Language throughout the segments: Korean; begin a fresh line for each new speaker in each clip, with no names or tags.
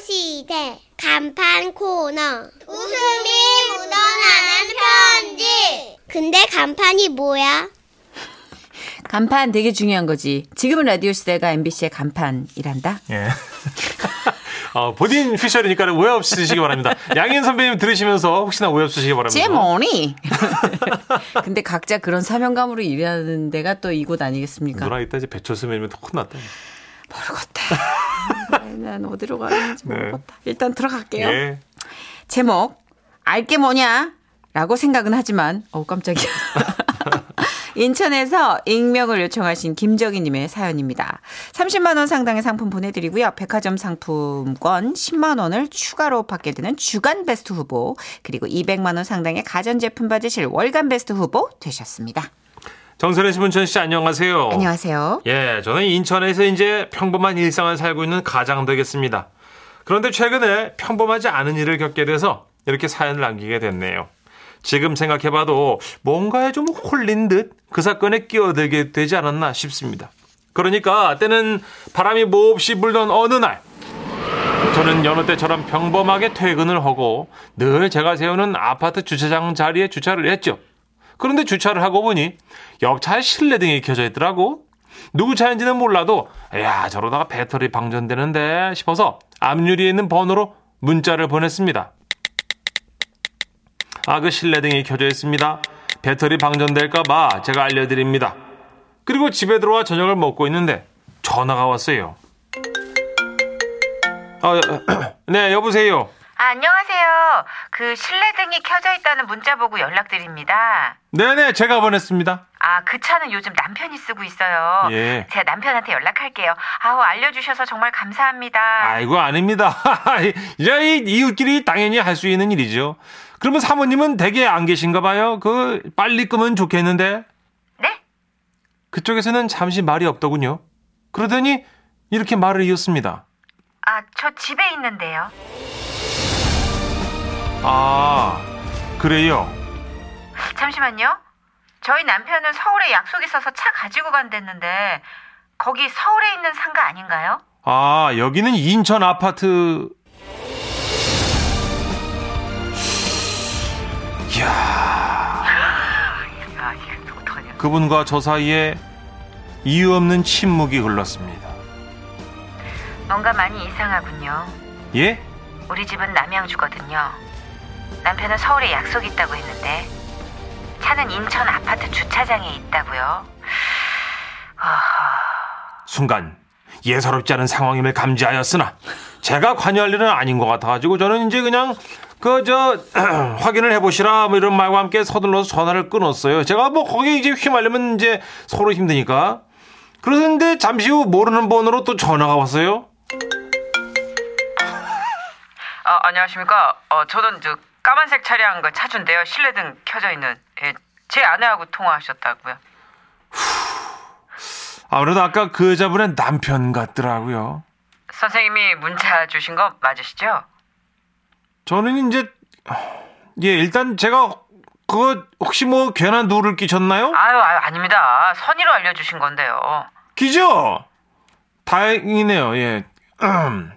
시대 간판 코너 웃음이 묻어나는 편지 근데 간판이 뭐야?
간판 되게 중요한 거지. 지금은 라디오 시대가 MBC의 간판이란다.
예. 어, 본인 피셜이니까 오해 없으시기 바랍니다. 양인 선배님 들으시면서 혹시나 오해 없으시기 바랍니다.
제 머니. 근데 각자 그런 사명감으로 일하는 데가 또 이곳 아니겠습니까?
누나 이따 이제 배철 선배님은 더 혼났다.
모르겠다. 아, 난 어디로 가는지
네.
모르겠다. 일단 들어갈게요.
예.
제목 알게 뭐냐라고 생각은 하지만 어 깜짝이야. 인천에서 익명을 요청하신 김정희님의 사연입니다. 30만 원 상당의 상품 보내드리고요. 백화점 상품권 10만 원을 추가로 받게 되는 주간 베스트 후보 그리고 200만 원 상당의 가전제품 받으실 월간 베스트 후보 되셨습니다.
정선혜 씨, 문천 씨, 안녕하세요.
안녕하세요.
예, 저는 인천에서 이제 평범한 일상을 살고 있는 가장 되겠습니다. 그런데 최근에 평범하지 않은 일을 겪게 돼서 이렇게 사연을 남기게 됐네요. 지금 생각해봐도 뭔가에 좀 홀린 듯 그 사건에 끼어들게 되지 않았나 싶습니다. 그러니까 때는 바람이 몹시 불던 어느 날 저는 여느 때처럼 평범하게 퇴근을 하고 늘 제가 세우는 아파트 주차장 자리에 주차를 했죠. 그런데 주차를 하고 보니 옆 차에 실내등이 켜져 있더라고. 누구 차인지는 몰라도 야 저러다가 배터리 방전되는데 싶어서 앞유리에 있는 번호로 문자를 보냈습니다. 아 그 실내등이 켜져 있습니다. 배터리 방전될까봐 제가 알려드립니다. 그리고 집에 들어와 저녁을 먹고 있는데 전화가 왔어요. 아, 네 여보세요.
안녕하세요. 그 실내등이 켜져 있다는 문자 보고 연락드립니다.
네네 제가 보냈습니다.
아, 그 차는 요즘 남편이 쓰고 있어요.
예.
제가 남편한테 연락할게요. 아우, 알려주셔서 정말 감사합니다.
아이고 아닙니다. 이제 이 이웃끼리 당연히 할 수 있는 일이죠. 그러면 사모님은 댁에 안 계신가 봐요. 그 빨리 끄면 좋겠는데
네?
그쪽에서는 잠시 말이 없더군요. 그러더니 이렇게 말을 이었습니다.
아, 저 집에 있는데요.
아 그래요.
잠시만요. 저희 남편은 서울에 약속 있어서 차 가지고 간댔는데, 거기 서울에 있는 상가 아닌가요?
아 여기는 인천 아파트.
아, 이거 어떡하냐.
그분과 저 사이에 이유 없는 침묵이 흘렀습니다.
뭔가 많이 이상하군요.
예?
우리 집은 남양주거든요. 남편은 서울에 약속 있다고 했는데 차는 인천 아파트 주차장에 있다고요.
순간 예사롭지 않은 상황임을 감지하였으나 제가 관여할 일은 아닌 것 같아가지고 저는 이제 그냥 그 저 확인을 해보시라 뭐 이런 말과 함께 서둘러서 전화를 끊었어요. 제가 뭐 거기 이제 휘말리면 이제 서로 힘드니까. 그런데 잠시 후 모르는 번호로 또 전화가 왔어요.
아, 안녕하십니까. 어, 저는 저 까만색 차량 그 차주인데요. 실내등 켜져 있는 예, 제 아내하고 통화하셨다고요.
아무래도 아까 그 여자분의 남편 같더라고요.
선생님이 문자 주신 거 맞으시죠?
저는 이제 예 일단 제가 그거 혹시 뭐 괜한 누를 끼쳤나요?
아유, 아유 아닙니다. 선의로 알려주신 건데요.
기죠? 다행이네요, 예. 음.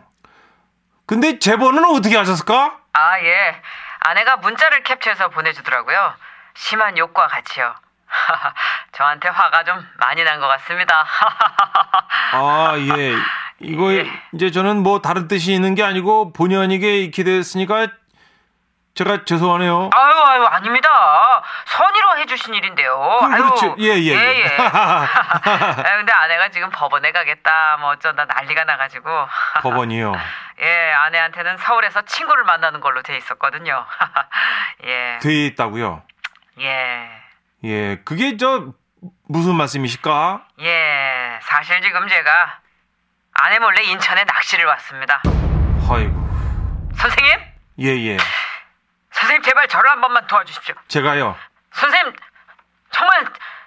근데 제 번호는 어떻게 하셨을까?
아 예, 아내가 문자를 캡처해서 보내주더라고요. 심한 욕과 같이요. 저한테 화가 좀 많이 난 것 같습니다.
아, 예. 이거
예.
이제 저는 뭐 다른 뜻이 있는 게 아니고 본의 아니게 익히됐으니까 제가 죄송하네요.
아유 아유 아닙니다. 선의로 해주신 일인데요. 아유.
그렇죠. 예, 예, 예.
예. 아, 근데 아내가 지금 법원에 가겠다 뭐 어쩐다 난리가 나가지고
아, 법원이요.
예 아내한테는 서울에서 친구를 만나는 걸로 돼 있었거든요. 예.
돼 있다고요.
예.
예. 그게 저 무슨 말씀이실까?
예. 사실 지금 제가 아내 몰래 인천에 낚시를 왔습니다.
아이고.
선생님?
예, 예.
선생님 제발 저를 한 번만 도와주십시오.
제가요.
선생님 정말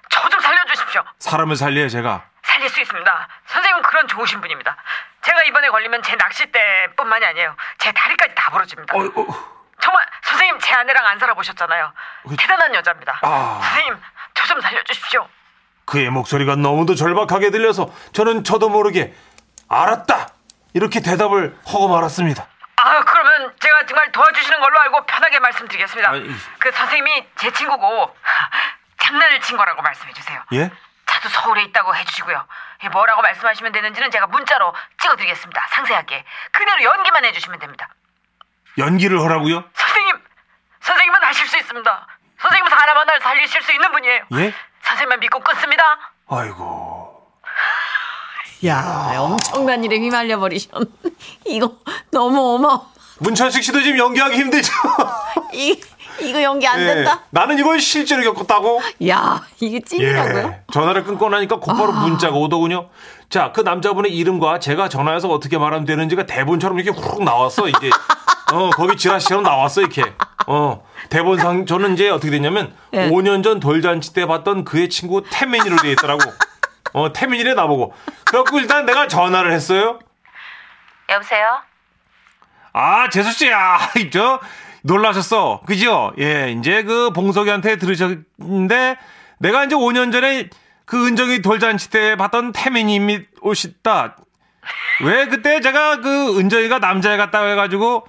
저 좀 살려주십시오.
사람을 살려요, 제가.
살릴 수 있습니다. 선생님은 그런 좋으신 분입니다. 제가 이번에 걸리면 제 낚싯대뿐만이 아니에요. 제 다리까지 다 부러집니다.
어, 어.
정말 선생님 제 아내랑 안 살아보셨잖아요.
그-
대단한 여자입니다.
아.
선생님 저 좀 살려주십시오.
그의 목소리가 너무도 절박하게 들려서 저는 저도 모르게 알았다 이렇게 대답을 하고 말았습니다.
아, 그러면 제가 정말 도와주시는 걸로 알고 편하게 말씀드리겠습니다.
아이.
그 선생님이 제 친구고 장난을 친 거라고 말씀해 주세요.
예?
자주 서울에 있다고 해주시고요. 예, 뭐라고 말씀하시면 되는지는 제가 문자로 찍어드리겠습니다. 상세하게 그대로 연기만 해주시면 됩니다.
연기를 하라고요?
선생님, 선생님은 하실 수 있습니다. 선생님은 사람 하나를 살리실 수 있는 분이에요.
예?
선생님만 믿고 끊습니다.
아이고.
야, 엄청난 일에 휘말려 버리셨. 이거 너무 어마.
문천식 씨도 지금 연기하기 힘들죠?
이 이거 연기 안
예.
된다.
나는 이걸 실제로 겪었다고.
야, 이게 찐이라고요? 아.
예. 전화를 끊고 나니까 곧바로 문자가 오더군요. 자, 그 남자분의 이름과 제가 전화해서 어떻게 말하면 되는지가 대본처럼 이렇게 훅 나왔어, 이게. 어, 거기 지라시처럼 나왔어, 이렇게. 어. 대본상, 저는 이제 어떻게 됐냐면,
예.
5년 전 돌잔치 때 봤던 그의 친구 태민이로 돼 있더라고. 어, 태민이래 나보고. 그래갖고 일단 내가 전화를 했어요.
여보세요?
아, 재수씨, 아, 저, 놀라셨어. 그죠? 예, 이제 그 봉석이한테 들으셨는데, 내가 이제 5년 전에 그 은정이 돌잔치 때 봤던 태민님이 오셨다. 왜 그때 제가 그 은정이가 남자애 같다고 해가지고,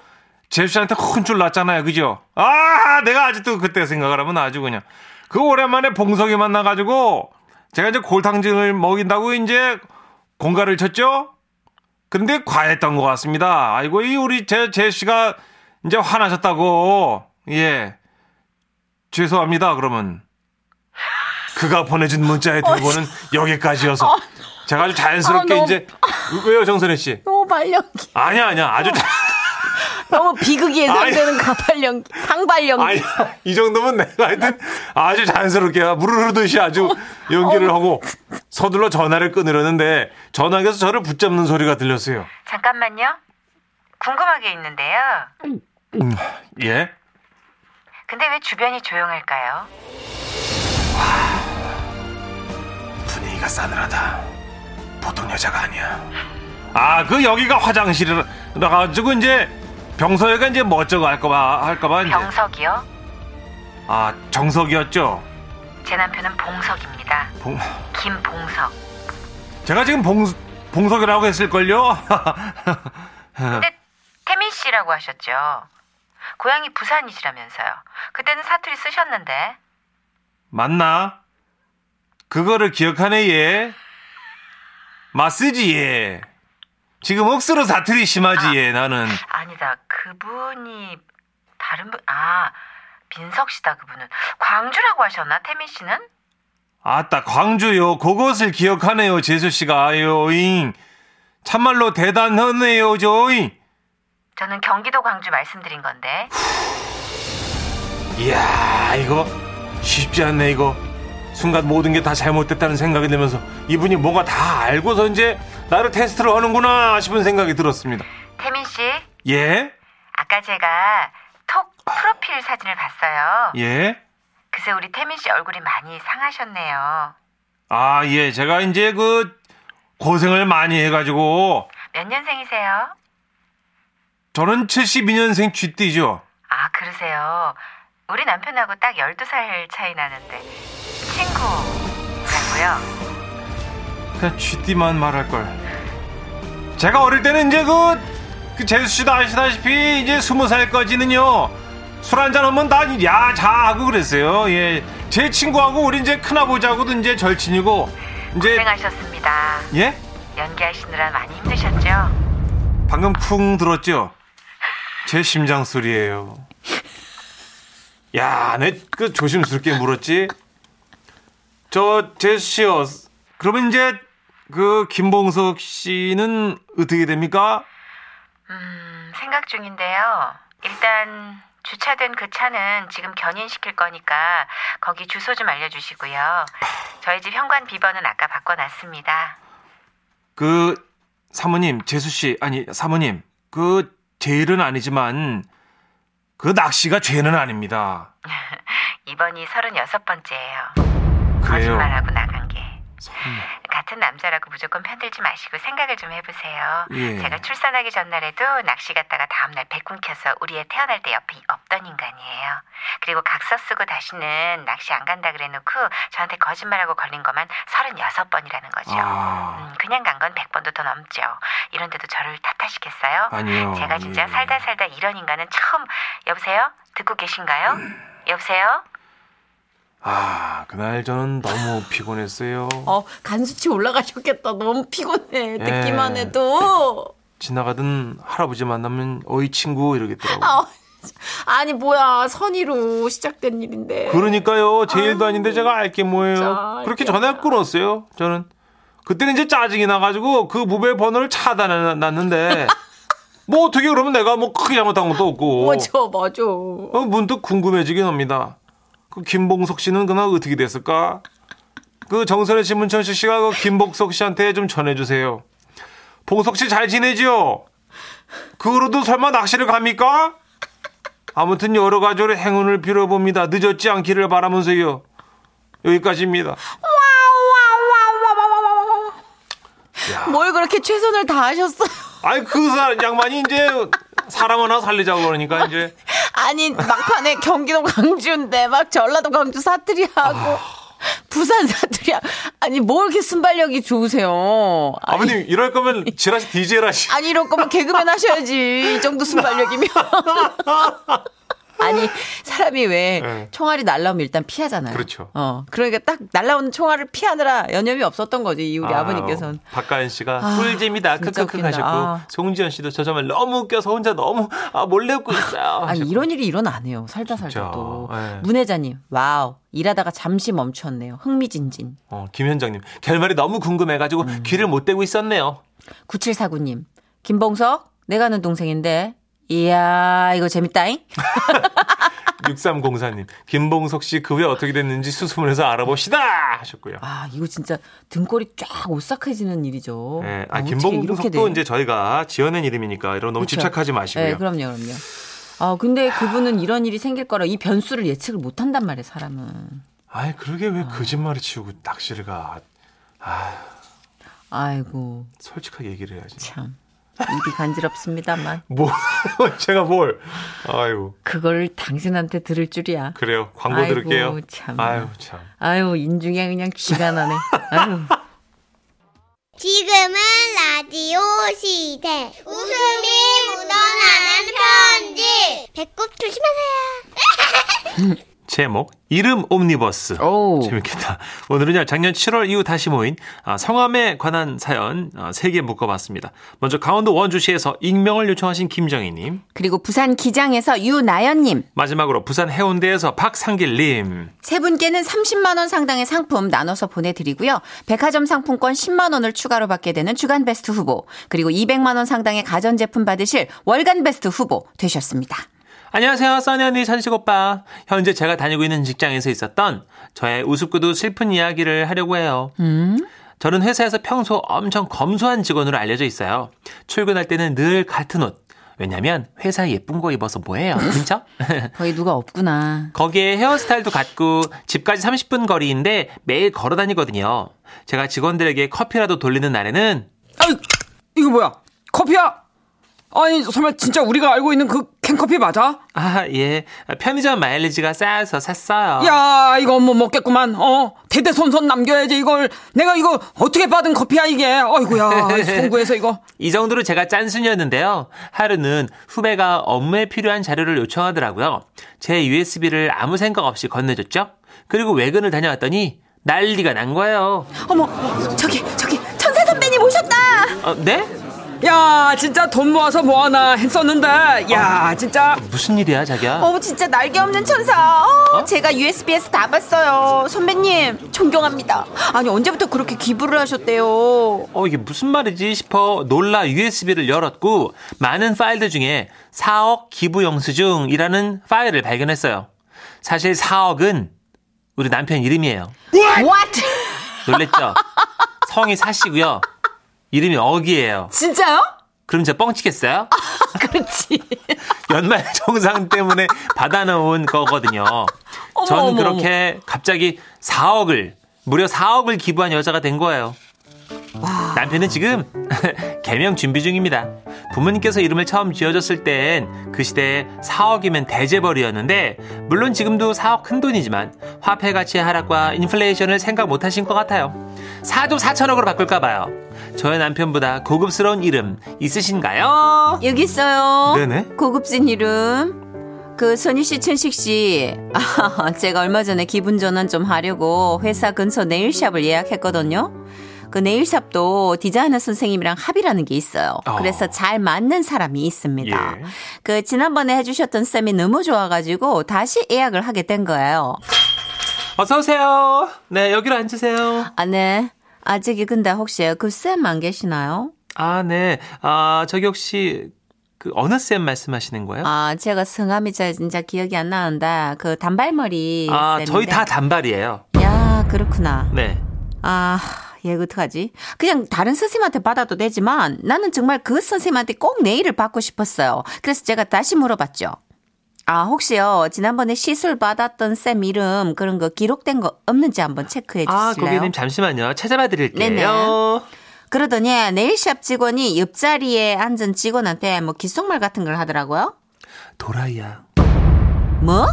재수씨한테 혼쭐 났잖아요. 그죠? 아, 내가 아직도 그때 생각을 하면 아주 그냥. 그 오랜만에 봉석이 만나가지고, 제가 이제 골탕증을 먹인다고 이제 공갈을 쳤죠? 근데 과했던 것 같습니다. 아이고, 이 우리 제, 제 씨가 이제 화나셨다고. 예. 죄송합니다, 그러면. 그가 보내준 문자의 대본은 여기까지여서. 제가 아주 자연스럽게
어, 아, 너무-
이제. 왜요, 정선혜 씨?
너무 발연기.
아니야, 아니야. 아주.
어.
자-
너무 비극이 예상되는 가발연기, 상발연기.
아니, 이 정도면 내가 하여튼 아주 자연스럽게 물을 흐르듯이 아주 연기를 하고 서둘러 전화를 끊으려는데 전화기에서 저를 붙잡는 소리가 들렸어요.
잠깐만요. 궁금한 게 있는데요.
예?
근데 왜 주변이 조용할까요?
분위기가 싸늘하다. 보통 여자가 아니야. 아, 그 여기가 화장실이라 가지고 이제 병서애가 이제 멋쩍어 할까봐 할까봐 이제
병석이요.
아 정석이었죠.
제 남편은 봉석입니다.
봉,
김봉석.
제가 지금 봉 봉석이라고 했을 걸요.
근데 태민 씨라고 하셨죠. 고향이 부산이시라면서요. 그때는 사투리 쓰셨는데.
맞나? 그거를 기억하네 얘. 맞쓰지 얘. 지금 억수로 사투리 심하지 얘 나는.
아니다. 그분이 다른 분. 아 빈석 씨다 그분은. 광주라고 하셨나 태민 씨는?
아따 광주요 그것을 기억하네요 재수씨가 아요잉 참말로 대단하네요 저잉
저는 경기도 광주 말씀드린 건데.
이야 이거 쉽지 않네 이거 순간 모든 게 다 잘못됐다는 생각이 들면서 이분이 뭐가 다 알고서 이제 나를 테스트를 하는구나 싶은 생각이 들었습니다
태민 씨
예?
아까 제가 톡 프로필 사진을 봤어요.
예?
그새 우리 태민 씨 얼굴이 많이 상하셨네요.
아 예 제가 이제 그 고생을 많이 해가지고
몇 년생이세요?
저는 72년생 쥐띠죠
아, 그러세요. 우리 남편하고 딱 12살 차이 나는데 친구라고요?
그냥 쥐띠만 말할 걸. 제가 어릴 때는 이제 그, 그 제수 씨도 아시다시피 이제 스무 살까지는요 술 한잔 하면 다야자 하고 그랬어요. 예, 제 친구하고 우리 이제 큰 아버지하고도 이제 절친이고 이제
고생하셨습니다.
예
연기하시느라 많이 힘드셨죠?
방금 쿵 들었죠. 제 심장 소리예요. 야, 내 그 조심스럽게 물었지. 저 제수 씨요. 그러면 이제 그 김봉석 씨는 어떻게 됩니까?
음, 생각 중인데요. 일단 주차된 그 차는 지금 견인시킬 거니까 거기 주소 좀 알려주시고요. 저희 집 현관 비번은 아까 바꿔놨습니다.
그 사모님 재수 씨 아니 사모님 그 제 일은 아니지만 그 낚시가 죄는 아닙니다.
이번이 36번째예요.
그래요.
거짓말하고 나간 게.
설마.
같은 남자라고 무조건 편들지 마시고 생각을 좀 해보세요.
예.
제가 출산하기 전날에도 낚시 갔다가 다음날 배 끊겨서 우리 애 태어날 때 옆에 없던 인간이에요. 그리고 각서 쓰고 다시는 낚시 안 간다 그래놓고 저한테 거짓말하고 걸린 것만 36번이라는 거죠.
아.
음, 그냥 간 건 100번도 더 넘죠. 이런데도 저를 탓하시겠어요?
아니요.
제가 진짜
예.
살다 살다 이런 인간은 처음... 여보세요? 듣고 계신가요?
음.
여보세요?
아, 그날 저는 너무 피곤했어요.
어, 간수치 올라가셨겠다. 너무 피곤해. 듣기만
예.
해도.
지나가던 할아버지 만나면 어이 친구 이러겠더라고요.
아, 아니, 뭐야. 선의로 시작된 일인데.
그러니까요. 제 일도 아닌데 제가 알게 뭐예요.
진짜
그렇게
알겠다.
전화 끊었어요. 저는 그때는 이제 짜증이 나가지고 그 무배 번호를 차단해놨는데 뭐 어떻게 그러면 내가 뭐 크게 잘못한 것도 없고
맞아, 맞아.
어, 문득 궁금해지긴 합니다. 그 김봉석 씨는 그날 어떻게 됐을까? 그 정선의 신문천식 씨가 그 김봉석 씨한테 좀 전해주세요. 봉석 씨 잘 지내지요? 그 후로도 설마 낚시를 갑니까? 아무튼 여러 가지로 행운을 빌어봅니다. 늦었지 않기를 바라면서요. 여기까지입니다.
뭘 그렇게 최선을 다하셨어요?
아이 그 사- 양반이 이제 사람 하나 살리자고 그러니까 이제
아니, 막판에 경기도 광주인데 막 전라도 광주 사투리
아.
하고. 부산 사투리 하고. 아니, 뭐 이렇게 순발력이 좋으세요? 아니,
아버님 이럴 거면 지라시 디제라 하시.
아니 이럴 거면 개그맨 하셔야지 이 정도 순발력이면 아니 사람이 왜
네.
총알이 날라오면 일단 피하잖아요.
그렇죠.
어 그러니까 딱 날라오는 총알을 피하느라 연염이 없었던 거지 이 우리 아, 버님께서는
박가연 씨가
아,
꿀잼이다
진짜
크크크
웃긴다.
하셨고
아.
송지현 씨도 저 정말 너무 웃겨서 혼자 너무 아, 몰래 웃고 있어요.
아니
하셨고.
이런 일이 일어나네요. 살다 살다
진짜.
또
네.
문혜자님 와우 일하다가 잠시 멈췄네요. 흥미진진.
어, 김현정님 결말이 너무 궁금해가지고
음.
귀를 못 대고 있었네요.
9749님 김봉석 내가 아는 동생인데 이야 이거 재밌다잉.
6304님 김봉석 씨 그 후에 어떻게 됐는지 수소문해서 알아봅시다 하셨고요.
아 이거 진짜 등골이 쫙 오싹해지는 일이죠.
예,
아,
아,
어떻게
김봉석도
돼요?
이제 저희가 지어낸 이름이니까 이런 너무
그쵸?
집착하지 마시고요.
네, 그럼요, 그럼요. 아, 근데 그분은 이런 일이 생길 거라 이 변수를 예측을 못 한단 말이에요, 사람은.
아이 그러게 왜 거짓말을 치우고 낚시를 가?
아이고,
솔직하게 얘기를 해야지.
참. 입이 간지럽습니다만.
뭐 제가 뭘? 아이고
그걸 당신한테 들을 줄이야.
그래요 광고
아이고,
들을게요.
참.
아유 참.
아유, 인중에 그냥 쥐가 나네. 아유.
지금은 라디오 시대. 웃음이 묻어나는 편지. 배꼽 조심하세요.
제목 이름 옴니버스
오.
재밌겠다 오늘은요 작년 7월 이후 다시 모인 아, 성함에 관한 사연 아, 세 개 묶어봤습니다 먼저 강원도 원주시에서 익명을 요청하신 김정희님
그리고 부산 기장에서 유나연님.
마지막으로 부산 해운대에서 박상길님
세 분께는 30만원 상당의 상품 나눠서 보내드리고요. 백화점 상품권 10만원을 추가로 받게 되는 주간 베스트 후보. 그리고 200만원 상당의 가전제품 받으실 월간 베스트 후보 되셨습니다.
안녕하세요 써니 언니 천식 오빠 현재 제가 다니고 있는 직장에서 있었던 저의 우습고도 슬픈 이야기를 하려고 해요 저는 회사에서 평소 엄청 검소한 직원으로 알려져 있어요. 출근할 때는 늘 같은 옷. 왜냐면 회사 예쁜 거 입어서 뭐해요, 진짜?
거의 누가 없구나.
거기에 헤어스타일도 같고 집까지 30분 거리인데 매일 걸어 다니거든요. 제가 직원들에게 커피라도 돌리는 날에는
아이, 이거 뭐야? 커피야? 아니, 설마 진짜 우리가 알고 있는 그 캔커피 맞아?
아, 예. 편의점 마일리지가 쌓여서 샀어요.
야, 이거 못 먹겠구만. 어, 대대손손 남겨야지, 이걸. 내가 이거 어떻게 받은 커피야, 이게. 아이고야, 송구해서 이거.
이 정도로 제가 짠순이었는데요. 하루는 후배가 업무에 필요한 자료를 요청하더라고요. 제 USB를 아무 생각 없이 건네줬죠. 그리고 외근을 다녀왔더니 난리가 난 거예요.
어머, 저기, 저기, 천사 선배님 오셨다!
어, 네?
야, 진짜 돈 모아서 모아나 했었는데.
아.
야, 진짜.
무슨 일이야, 자기야?
어, 진짜 날개 없는 천사. 어, 제가 USB에서 다 봤어요. 선배님, 존경합니다. 아니, 언제부터 그렇게 기부를 하셨대요?
어, 이게 무슨 말이지 싶어 놀라 USB를 열었고 많은 파일들 중에 4억 기부 영수증이라는 파일을 발견했어요. 사실 4억은 우리 남편 이름이에요.
What?
놀랬죠? 성이 사시고요. 이름이 억이에요.
진짜요?
그럼 저 뻥치겠어요?
그렇지.
연말 정상 때문에 받아놓은 거거든요.
어머,
저는
어머,
그렇게 갑자기 4억을 무려 4억을 기부한 여자가 된 거예요. 남편은 지금 개명 준비 중입니다. 부모님께서 이름을 처음 지어줬을 땐 그 시대에 4억이면 대재벌이었는데 물론 지금도 4억 큰 돈이지만 화폐 가치의 하락과 인플레이션을 생각 못하신 것 같아요. 4조 4천억으로 바꿀까 봐요. 저의 남편보다 고급스러운 이름 있으신가요?
여기 있어요.
네네.
고급진 이름. 그 선희 씨, 천식 씨. 아, 제가 얼마 전에 기분 전환 좀 하려고 회사 근처 네일샵을 예약했거든요. 그 네일샵도 디자이너 선생님이랑 합의라는 게 있어요.
어.
그래서 잘 맞는 사람이 있습니다.
예.
그 지난번에 해주셨던 쌤이 너무 좋아가지고 다시 예약을 하게 된 거예요.
어서 오세요. 네, 여기로 앉으세요.
아, 네. 아, 저기 근데 혹시 그 쌤 안 계시나요?
아, 네. 아, 저기 혹시 그 어느 쌤 말씀하시는 거예요?
아, 제가 성함이 잘 진짜 기억이 안 나는데 그 단발머리
아,
쌤인데.
저희 다 단발이에요.
야, 그렇구나.
네.
아, 얘 어떡하지? 그냥 다른 선생님한테 받아도 되지만 나는 정말 그 선생님한테 꼭 내일을 받고 싶었어요. 그래서 제가 다시 물어봤죠. 아, 혹시요, 지난번에 시술 받았던 쌤 이름 그런 거 기록된 거 없는지 한번 체크해 주실래요?
아, 고객님 잠시만요. 찾아봐 드릴게요.
네네. 그러더니 네일샵 직원이 옆자리에 앉은 직원한테 뭐 귓속말 같은 걸 하더라고요.
도라이야.
뭐?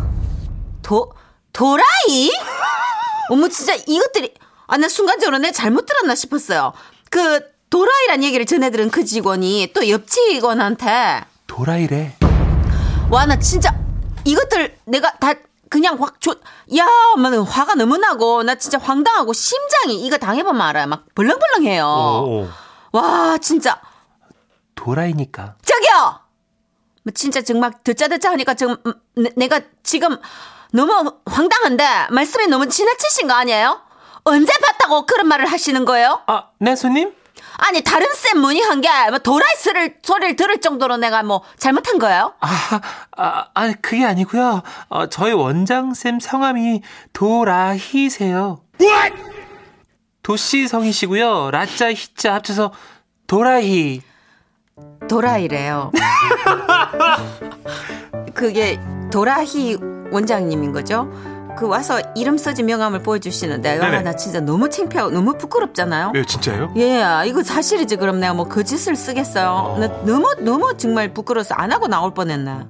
도, 도라이? 어머, 진짜 이것들이, 아, 나 순간적으로 내 잘못 들었나 싶었어요. 그, 도라이란 얘기를 전해들은 그 직원이 또 옆 직원한테,
도라이래.
와, 나 진짜, 이것들 내가 다, 그냥 확 줘, 야, 막 화가 너무 나고, 나 진짜 황당하고, 심장이, 이거 당해보면 알아요. 막 벌렁벌렁해요.
오,
와, 진짜.
도라이니까.
저기요! 뭐 진짜 정말 듣자듣자 하니까 지금 음, 내- 내가 지금 너무 황당한데 말씀이 너무 지나치신 거 아니에요? 언제 봤다고 그런 말을 하시는 거예요?
아, 네, 손님?
아니 다른 쌤 문의한 게뭐 도라이스를 소리를 들을 정도로 내가 뭐 잘못한 거예요?
아, 아, 아니, 그게 아니고요. 어, 저희 원장쌤 성함이 도라희세요. 도씨 성이시고요. 라자 히자 합쳐서 도라희.
도라이래요. 그게 도라희 원장님인 거죠? 그 와서 이름 써진 명함을 보여주시는데
네네. 네.
아, 나 진짜 너무 창피하고 너무 부끄럽잖아요.
진짜요?
예, 이거 사실이지. 그럼 내가 뭐 거짓을 쓰겠어요.
아.
나 너무 너무 정말 부끄러워서 안 하고 나올 뻔했네.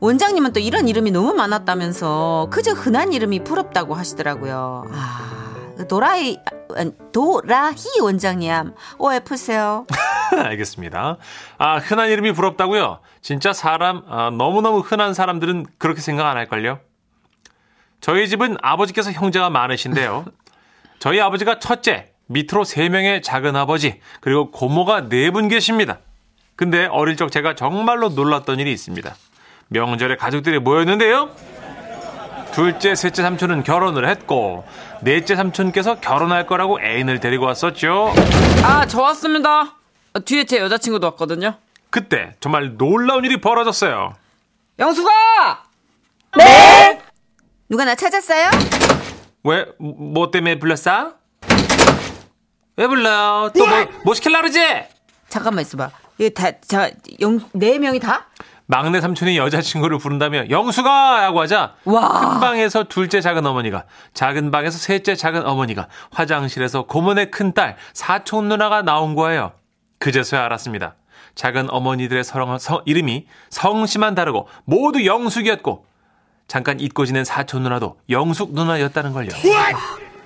원장님은 또 이런 이름이 너무 많았다면서 그저 흔한 이름이 부럽다고 하시더라고요. 아, 도라이 아니, 도라희 원장님 오해 푸세요.
알겠습니다. 아, 흔한 이름이 부럽다고요? 진짜 사람, 아, 너무너무 흔한 사람들은 그렇게 생각 안 할걸요? 저희 집은 아버지께서 형제가 많으신데요. 저희 아버지가 첫째, 밑으로 세명의 작은 아버지, 그리고 고모가 네 분 계십니다. 근데 어릴 적 제가 정말로 놀랐던 일이 있습니다. 명절에 가족들이 모였는데요. 둘째, 셋째 삼촌은 결혼을 했고, 넷째 삼촌께서 결혼할 거라고 애인을 데리고 왔었죠.
아, 저 왔습니다. 아, 뒤에 제 여자친구도 왔거든요.
그때 정말 놀라운 일이 벌어졌어요.
영수가!
누가 나 찾았어요?
왜? 뭐 때문에 불렀어? 왜 불러요? 또 뭐, 뭐 시킬라 그러지?
잠깐만 있어봐. 이다자영네 명이 다?
막내 삼촌이 여자친구를 부른다며 영수가! 라고 하자
와.
큰 방에서 둘째 작은 어머니가 작은 방에서 셋째 작은 어머니가 화장실에서 고모네 큰딸 사촌 누나가 나온 거예요. 그제서야 알았습니다. 작은 어머니들의 성, 성- 이름이 성씨만 다르고 모두 영숙이었고 잠깐 잊고 지낸 사촌 누나도 영숙 누나였다는 걸요.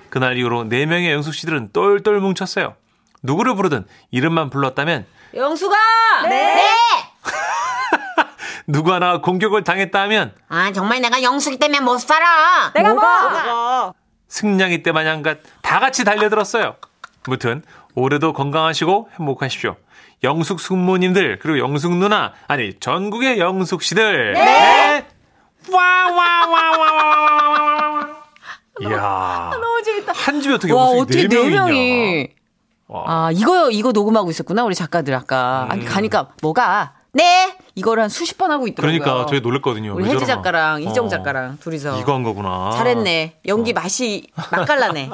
그날 이후로 네명의 영숙 씨들은 똘똘 뭉쳤어요. 누구를 부르든 이름만 불렀다면
영수가!
네.
네. 누구 하나 공격을 당했다 하면
아 정말 내가 영숙이 때문에 못 살아.
내가 뭐?
승냥이 때 마냥 갓- 다 같이 달려들었어요. 무튼 올해도 건강하시고 행복하십시오. 영숙 숙모님들 그리고 영숙 누나 아니 전국의 영숙 씨들. 네. 와와와와와와와와. 이야. 아, 너무 재밌다. 한 집에 어떻게
와,
어떻게
어떻게
네
네
명이?
명이. 아, 이거, 이거 녹음하고 있었구나, 우리 작가들 아까.
음.
아니, 가니까 뭐가? 네! 이거를 한 수십 번 하고 있더라고요.
그러니까 저희 놀랬거든요.
우리
왜
혜지
저러나.
작가랑 이정
어.
작가랑 둘이서.
이거 한 거구나.
잘했네. 연기 맛이 맛깔나네.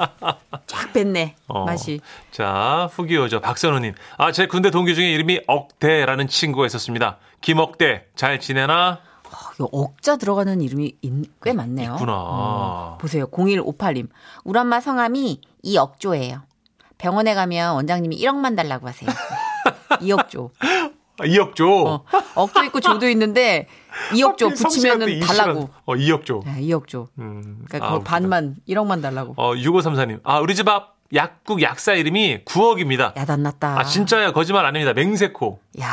쫙 뺐네.
어.
맛이.
자, 후기요죠. 박선우님. 아, 제 군대 동기 중에 이름이 억대라는 친구가 있었습니다. 김억대, 잘 지내나?
어, 이거 억자 들어가는 이름이 인- 꽤 많네요.
있구나.
보세요. 0158님. 우리 엄마 성함이 이억조예요. 병원에 가면 원장님이 1억만 달라고 하세요. 이억조.
아, 이억조.
어, 억조 있고 조도 있는데 이억조
하필 성씨가 또
붙이면은
이씨라는-
달라고.
어, 이억조.
네, 이억조.
음.
그러니까
아,
그거
웃기다.
반만 1억만 달라고.
어, 6534님. 아, 우리 집 앞 약국 약사 이름이 9억입니다.
야단났다.
아, 진짜야. 거짓말 아닙니다. 맹세코.
야,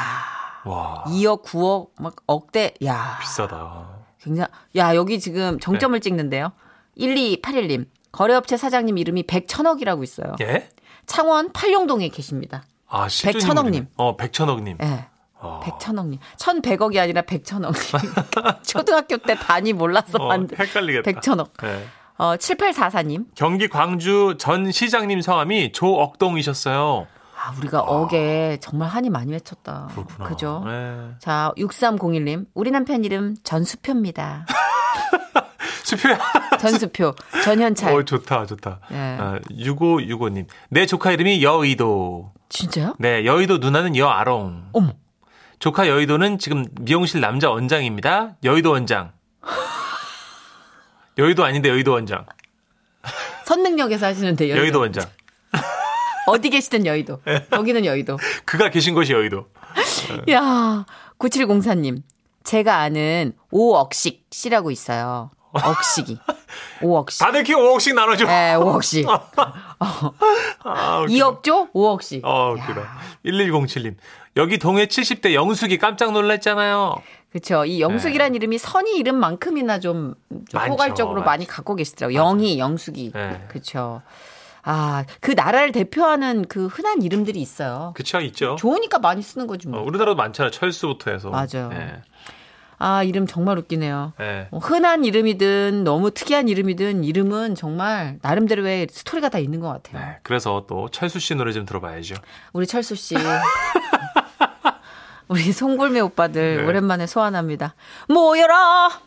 와,
2억, 9억, 막 억대. 야,
비싸다.
굉장히. 야, 여기 지금 정점을
네.
찍는데요. 1281님. 거래업체 사장님 이름이 100천억이라고 있어요.
예?
창원 팔룡동에 계십니다.
아, 실존
백천억님.
인물이네. 어, 백천억님.
예.
어.
백천억님. 천백억이 아니라 백천억님. 초등학교 때 단위 몰라서
어,
만든.
헷갈리겠다.
백천억.
예.
어, 7844님.
경기 광주 전 시장님 성함이 조억동이셨어요.
아, 우리가 억에 정말 한이 많이 맺혔다.
그렇구나.
죠
예.
자, 6301님. 우리 남편 이름 전수표입니다.
수표야.
전수표. 전현찰.
어, 좋다, 좋다.
예.
아, 6565님. 내 조카 이름이 여의도.
진짜요?
네, 여의도 누나는 여아롱.
어머.
조카 여의도는 지금 미용실 남자 원장입니다. 여의도 원장. 여의도 아닌데 여의도 원장.
선릉역에서 하시는데 여의도.
여의도 네. 원장.
어디 계시든 여의도. 여기는 여의도.
그가 계신 곳이 여의도. 네.
야 9704님. 제가 아는 5억씩 씨라고 있어요. 억식이. 5억씩.
다들 키 5억씩 나눠줘.
예, 5억씩.
아, 웃기다.
2억조? 5억씩.
아, 웃기다. 1107님. 여기 동해 70대 영숙이 깜짝 놀랐잖아요.
그렇죠. 이
네.
영숙이란 이름이 선이 이름만큼이나 좀, 좀
많죠,
포괄적으로
많죠.
많이 갖고 계시더라고요. 영희, 영숙이.
네.
그렇죠. 아, 그 나라를 대표하는 그 흔한 이름들이 있어요.
그쵸, 있죠.
좋으니까 많이 쓰는 거지
어,
뭐.
우리나라도 많잖아요. 철수부터 해서.
맞아요.
예.
아, 이름 정말 웃기네요.
예.
어, 흔한 이름이든 너무 특이한 이름이든 이름은 정말 나름대로의 스토리가 다 있는 것 같아요.
네, 그래서 또 철수 씨 노래 좀 들어봐야죠.
우리 철수 씨. 우리 송골매 오빠들
네.
오랜만에 소환합니다. 모여라!